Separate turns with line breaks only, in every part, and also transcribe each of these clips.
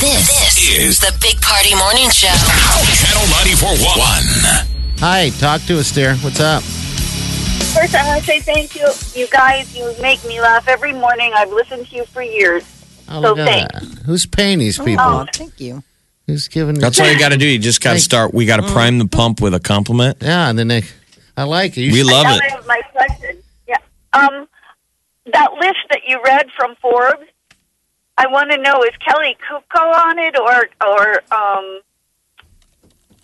This, is the Big Party Morning Show.
Channel 941.
Hi, talk to us, dear. What's up?
First, I want to say thank you. You guys, you make me laugh every morning. I've listened to you for years. Um,
Oh,
so
look at
thanks.
that. Who's paying these people?
Oh, thank you.
Who's giving?
That's all you got to do. You just got to
Thank-
start. We got to prime the pump with a compliment.
Yeah, and then they. I like it. You
We
should-
love
Now
it.
I have my question. Yeah. Um, that list that you read from Forbes, I want to know is Kelly Kupko on it or or um,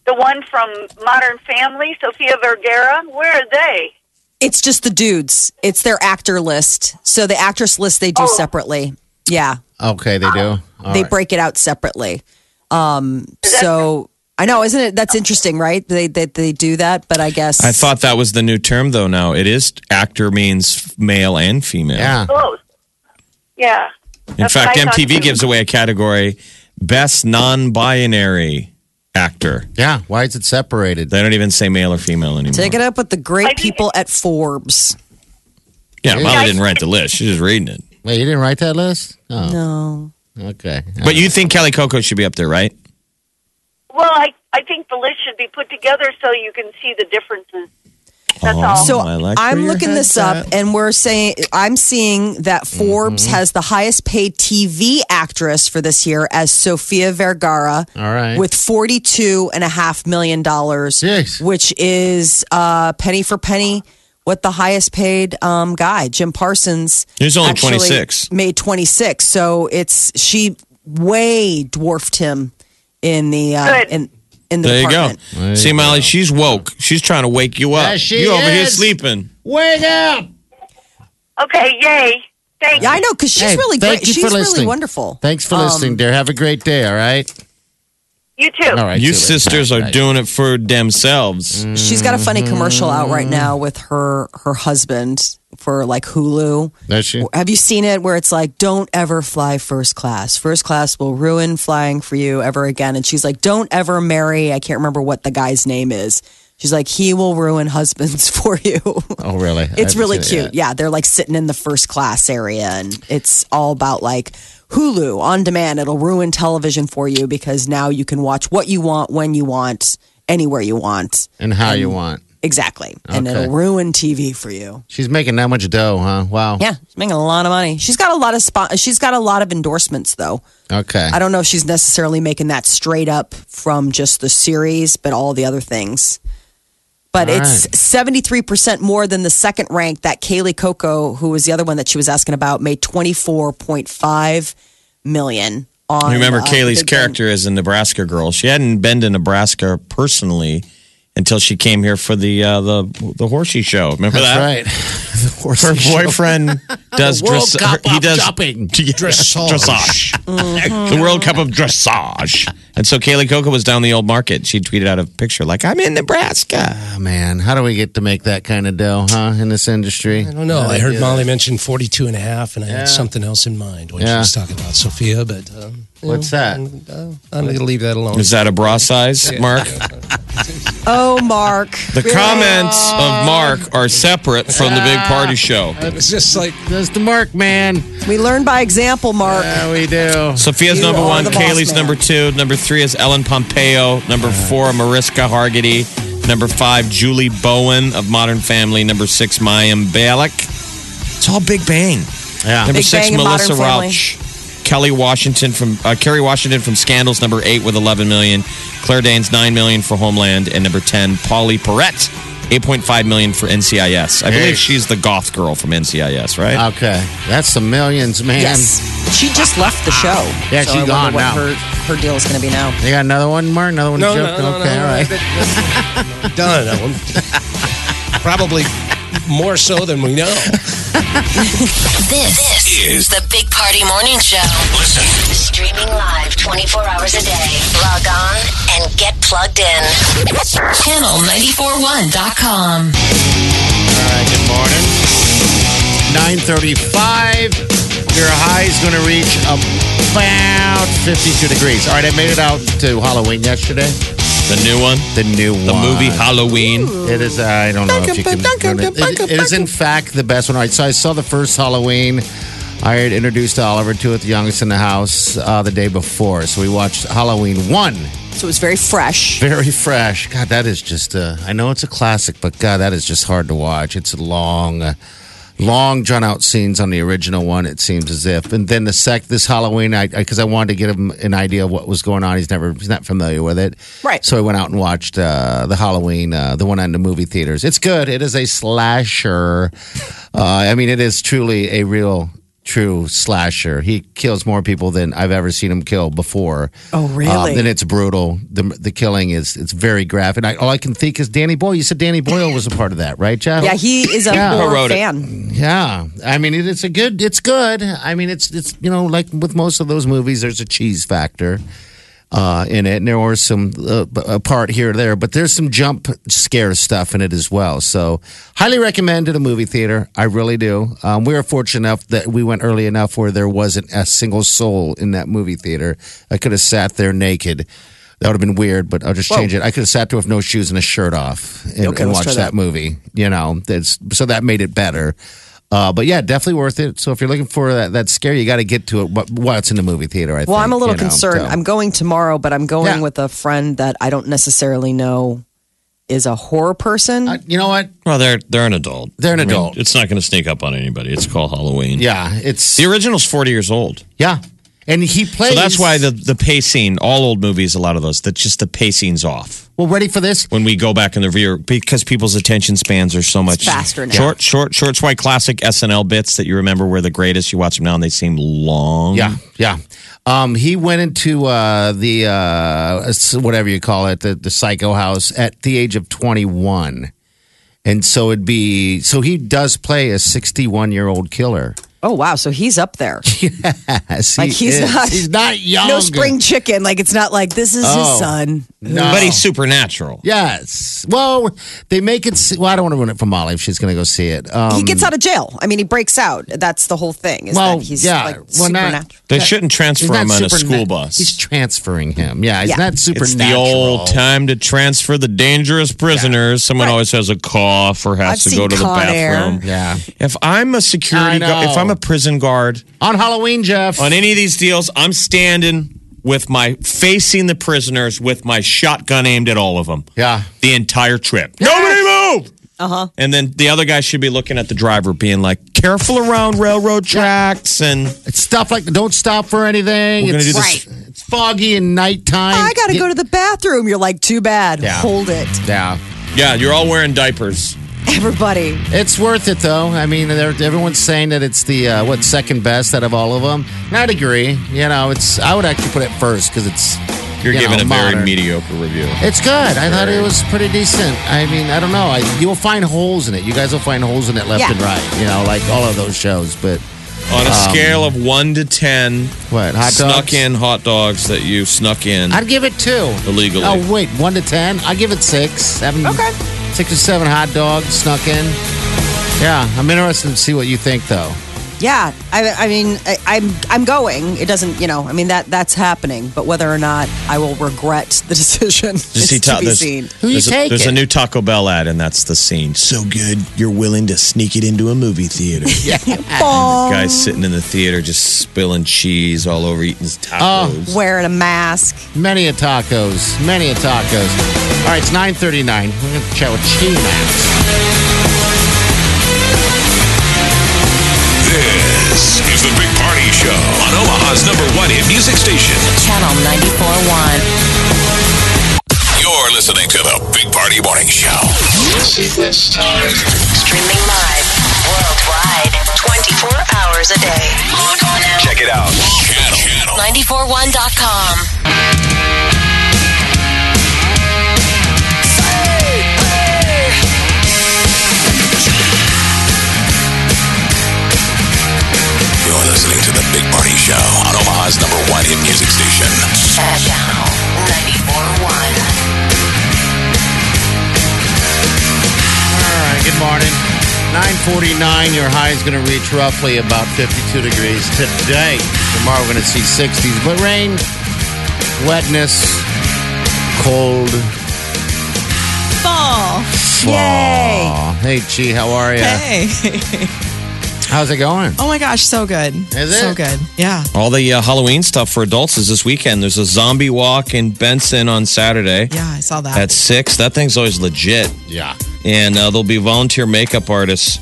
the one from Modern Family, Sofia Vergara? Where are they?
It's just the dudes. It's their actor list. So the actress list they do
Oh.
separately. Yeah,
okay, they do. All
they
right.
break it out separately. Um, so I know, isn't it? That's interesting, right? They they, they do that, but I guess
I thought that was the new term, though. Now it is actor means male and female.
Yeah.
Close. Yeah.
In
That's
fact,
what I thought,
MTV
too.
gives away a category best non-binary actor.
Yeah. Why is it separated?
They don't even say male or female anymore.
take it up with the
I
great
think-
people at Forbes.
Yeah, Molly didn't write the list. She's just reading it.
Wait, you didn't write that list? Oh,
No,
okay.
But you think Kelly Coco should be up there, right?
Well, I, I think the list should be put together so you can see the differences. That's
Oh.
all.
so
I like where
I'm
your
looking
head's
this up,
at. Mm-hmm.
and we're saying I'm seeing that Forbes has the highest paid TV actress for this year as Sofia Vergara.
All right.
with forty-two and a half million dollars,
Jeez.
which is uh, penny for penny what the highest paid um, guy, Jim Parsons.
He's only
actually
26.
Made twenty six, so it's she way dwarfed him in the uh,
Good.
in in the
There you go.
department.
See, Molly, she's woke. She's trying to wake you up.
Yeah, she
you over here
is.
sleeping.
Wake up!
Okay, yay. Thank
Yeah, I
you.
know because she's
Hey,
really
thank
great.
you
She's
for
really
listening.
wonderful.
Thanks for
Um,
listening, dear. Have a great day. All right.
You too.
All right. Mm.
You
see
sisters
later.
are doing it for themselves.
She's got a funny commercial out right
Mm-hmm.
now with her her husband for like Hulu.
That's she.
Have you seen it where it's like, don't ever fly first class? First class will ruin flying for you ever again. And she's like, don't ever marry. I can't remember what the guy's name is. She's like, he will ruin husbands for you.
Oh, really? I
it's
haven't
really
seen it
cute. Yeah. They're like sitting in the first class area and it's all about like Hulu on demand. It'll ruin television for you because now you can watch what you want, when you want, anywhere you want.
And how
Um,
you want.
Exactly. And
Okay.
it'll ruin TV for you.
She's making that much dough, huh? Wow.
Yeah, she's making a lot of money. She's got a lot of spot. She's got a lot of endorsements, though.
Okay.
I don't know if she's necessarily making that straight up from just the series, but all the other things. But
All
it's
right.
seventy three percent more than the second ranked that Kaylee Coco, who was the other one that she was asking about, made twenty four point five million. On
You remember
uh,
Kaylee's
Big Bang-
character as a Nebraska girl. She hadn't been to Nebraska personally until she came here for the uh, the the horsey show. Remember
That's
that?
right. the horse
Her boyfriend does
The World
dress-
Cup
he
of Uh-huh.
does
shopping.
Yeah, dressage. the World Cup of dressage. And so Kaylee Coco was down the old market. She tweeted out a picture like, "I'm in Nebraska."
Oh, man. How do we get to make that kind of dough, huh, in this industry?
I don't know. I heard Molly mention 42 and a half, and I had something else in mind when
Yeah.
she was talking about Sophia, but um,
What's that?
I'm, uh, I'm going to leave that alone.
Is that a bra size, Mark?
Oh, Mark.
The comments of Mark are separate from the big party show.
It's just like,
That's the mark, man.
We learn by example, Mark.
Yeah, we do.
Sophia's
You
number
are
one,
the boss
Kaylee's
man.
number two, number three is Ellen Pompeo, number four, Mariska Hargitay, number five, Julie Bowen of Modern Family, number six, Mayim Bialik. It's all Big Bang.
Yeah.
Number
Big
six,
Bang and
Melissa
Modern Family.
Rauch. Kelly Washington from uh, Kerry Washington from Scandals, number eight with 11 million. Claire Danes, 9 million for Homeland. And number 10, Polly Perrette, 8.5 million for NCIS. I
Hey.
believe she's the goth girl from NCIS, right?
Okay. That's the millions, man.
Yes, she just left the show.
Yeah, she's
so I wonder
gone
what
now.
Her her deal is going to be now.
You got another one, Mark? Another one?
no,
joke?
no, no, no,
okay,
no,
all right.
that- that's- Done. I'm probably more so than we know.
This, is the Big Party Morning Show.
Listen.
Streaming live 24 hours a day. Log on and get plugged in. Channel941.com.
All right, good morning. 935. Your high is going to reach about 52 degrees. All right, I made it out to Halloween yesterday.
The new one,
The new
the
one.
movie Halloween.
It is, uh, I don't know if you can. It, it is, in fact, the best one. All right, so I saw the first Halloween. I had introduced Oliver to it, the youngest in the house, uh, the day before. So we watched Halloween 1.
So it was very fresh.
Very fresh. God, that is just. Uh, I know it's a classic, but God, that is just hard to watch. It's long, uh, long drawn out scenes on the original one. It seems as if, and then the sec this Halloween, I because I, wanted to give him an idea of what was going on. He's never, he's not familiar with it,
Right.
So I went out and watched uh, the Halloween, uh, the one on the movie theaters. It's good. It is a slasher. Uh, I mean, it is truly a real. True slasher. He kills more people than I've ever seen him kill before.
Oh, really?
Um, and it's brutal. The, the killing is it's very graphic. I, all I can think is Danny Boyle. You said Danny Boyle was a part of that, right, Jeff?
Yeah, he is a
Yeah.
horror
Wrote it.
fan.
Yeah. I mean, it, it's a good. It's good. I mean, it's it's you know like with most of those movies, there's a cheese factor uh, in it, and there was some uh, b- a part here or there, but there's some jump scare stuff in it as well. So highly recommend to the movie theater. I really do. Um, we were fortunate enough that we went early enough where there wasn't a single soul in that movie theater. I could have sat there naked. That would have been weird, but I'll just change it. I could have sat there with no shoes and a shirt off and,
Okay,
and
let's
watched
try
that.
that.
movie. You know, that's, so that made it better. Uh, but yeah, definitely worth it. So if you're looking for that, that scare, you got to get to it wh- while it's in the movie theater. I think.
Well, I'm a little
you know,
concerned.
so.
I'm going tomorrow, but I'm going
Yeah.
with a friend that I don't necessarily know is a horror person.
Uh, you know what?
Well, they're they're an adult.
They're an
I mean,
adult.
it's not going to sneak up on anybody. It's called Halloween.
Yeah, it's
The original's 40 years old.
yeah, and he
So
plays.
that's why the, the pacing, all old movies, a lot of those, that's just the pacing's off.
well, ready for this?
When we go back in the rear, because people's attention spans are so much
faster now.
Short, short, short. It's why classic SNL bits that you remember were the greatest. You watch them now and they seem long.
Yeah, yeah. Um, he went into uh, the uh, s- whatever you call it, the, the psycho house at the age of 21, and so it'd be so he does play a 61 year old killer.
Oh wow, so he's up there.
Yes,
Like,
he
he's
is.
not-
he's not young.
No spring chicken. Like it's not like this is
Oh.
his son.
No.
But he's supernatural.
Yes. Well, they make it. se- Well, I don't want to ruin it for Molly if she's going to go see it. Um,
he gets out of jail. I mean, he breaks out. That's the whole thing. Is
Well,
that he's
yeah.
like
Well, not-
supernatural.
They shouldn't
he's
transfer
not
him on a
superna-
school bus.
He's transferring him. Yeah, he's
Yeah.
not supernatural.
It's the old time to transfer the dangerous prisoners. Someone always has a cough or has
I've
to go
seen
to the
Con Air.
bathroom.
Yeah.
If I'm a
I
security guard,
know.
if I'm a prison guard
On Halloween, Jeff.
on any of these deals, I'm standing with my facing the prisoners with my shotgun aimed at all of them.
yeah.
The entire trip. Nobody move. Uh huh. And then the other guy should be looking at the driver, being like, "Careful around railroad tracks." And
It's stuff like don't stop for anything.
We're gonna
it's,
do
this-
it's foggy and nighttime.
Oh, I gotta
Get-
go to the bathroom. You're like, too bad.
Yeah.
Hold it,
Yeah.
yeah, you're all wearing diapers.
everybody.
It's worth it though. I mean, they're- everyone's saying that it's the uh, what second best out of all of them. And I'd agree. You know, it's I would actually put it first because it's
You're
you
giving
know,
a
modern.
very mediocre review.
It's good. I thought it was pretty decent. I mean, I don't know. I, you'll find holes in it. You guys will find holes in it left
Yeah.
and right. You know, like all of those shows. But
On a
Um,
scale of one to ten,
what hot
snuck
dogs?
in hot dogs that you snuck in.
I'd give it two
Illegally.
Oh wait, one to ten. I give it six, seven.
Okay.
Six or seven hot dogs snuck in. Yeah, I'm interested to see what you think though.
Yeah, I, I mean, I, I'm I'm going. It doesn't, you know. I mean, that that's happening. But whether or not I will regret the decision is
see
to
ta-
be
there's-
seen.
Who you
there's a,
taking?
there's a new Taco Bell ad, and that's the scene. So good, you're willing to sneak it into a movie theater. yeah. Guy
Oh.
sitting in the theater, just spilling cheese all over, eating his
Oh,
tacos.
Wearing a mask.
many a tacos, many a tacos. All right, it's 9:39. We're gonna chat with Chi Max.
This is the Big Party Show on Omaha's number one hit music station.
Channel 941.
You're listening to the Big Party Morning Show.
Streaming live worldwide 24 hours a day. Log on now.
Check it out. Channel, Channel
941.com.
949. Your high is going to reach roughly about 52 degrees today. Tomorrow we're going to see 60s, but rain, wetness, cold.
Fall. Yay.
Aw. Hey, Chi, how are you?
Hey.
How's it going?
Oh my gosh, so good.
Is
So
it?
good. Yeah.
All the uh, Halloween stuff for adults is this weekend. There's a zombie walk in Benson on Saturday
Yeah, I saw that.
at 6. That thing's always legit.
Yeah.
And uh, there'll be volunteer makeup artists.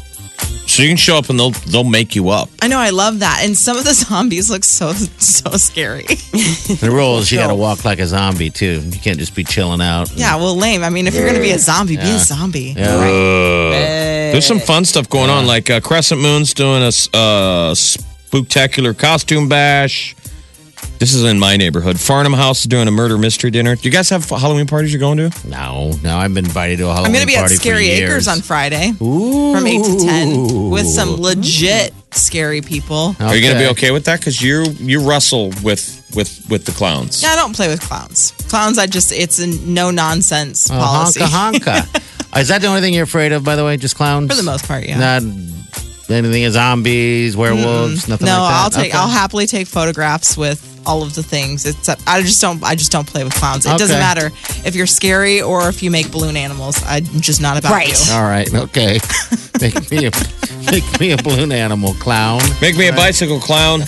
So you can show up and they'll they'll make you up.
I know, I love that. And some of the zombies look so so scary.
The rule is you got to walk like a zombie, too. You can't just be chilling out.
yeah, well, lame. I mean, if you're gonna be a zombie, be a zombie.
Yeah, right.
There's some fun stuff going on, like uh, Crescent Moon's doing a s- uh, spectacular costume bash. This is in my neighborhood. Farnham House is doing a murder mystery dinner. Do you guys have Halloween parties you're going to?
No, no, I've been invited to a Halloween
I'm gonna be at
party for
Scary
years.
Acres on Friday
Ooh.
from eight to ten with some legit scary people.
Are you going to be okay with that? Because you you wrestle with with with the clowns.
Yeah, I don't play with clowns. Clowns, I just it's a no nonsense
Oh,
policy
honka honka. is that the only thing you're afraid of, by the way? Just clowns?
for the most part. Yeah.
Not anything of zombies, werewolves, nothing
no,
like that.
I'll take.
Okay.
I'll happily take photographs with all of the things. Except I just don't. I just don't play with clowns. It doesn't
Okay.
matter if you're scary or if you make balloon animals. I'm just not about
Right.
you.
All right, okay. make me a make me a balloon animal clown.
Make me a bicycle clown.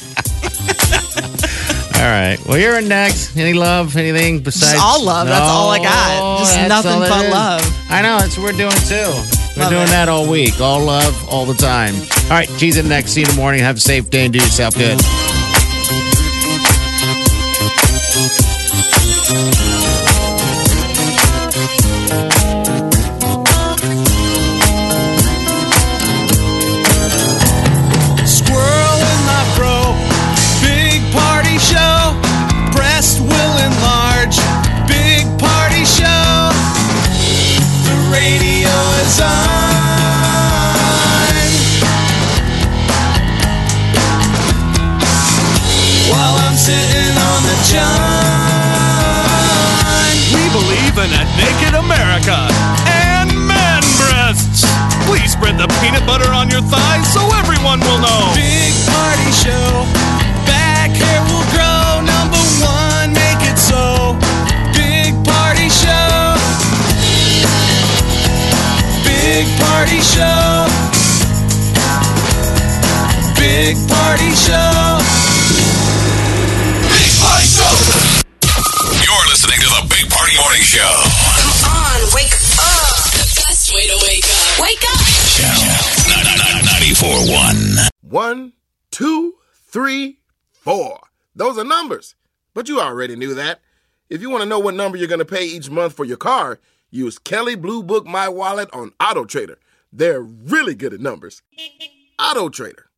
All right. Well, you're in next. Any love? Anything besides
all love. That's all I got.
No,
Just
that's
nothing
all it
but
is.
love.
I know. That's what we're doing too. We're
Love
doing
it.
that all week. All love, all the time. All right. Cheese in next. See you in the morning. Have a safe day and do yourself good.
Squirrel in my bro. Big party show. Breast will enlarge. Big party show. The radio is on. While I'm sitting on the john.
We believe in a naked America and man breasts. Please spread the peanut butter on your thighs so everyone will know.
Big party show. Back hair will grow. Number one, make it so. Big party show. Big party show. Big party show.
Big Party Show. You're listening to the Big Party Morning Show.
Come on, wake up. The best way to wake up. Wake up.
Channel 941.
One, two, three, four. Those are numbers, but you already knew that. If you want to know what number you're going to pay each month for your car, use Kelly Blue Book My Wallet on Auto Trader. They're really good at numbers. Auto Trader.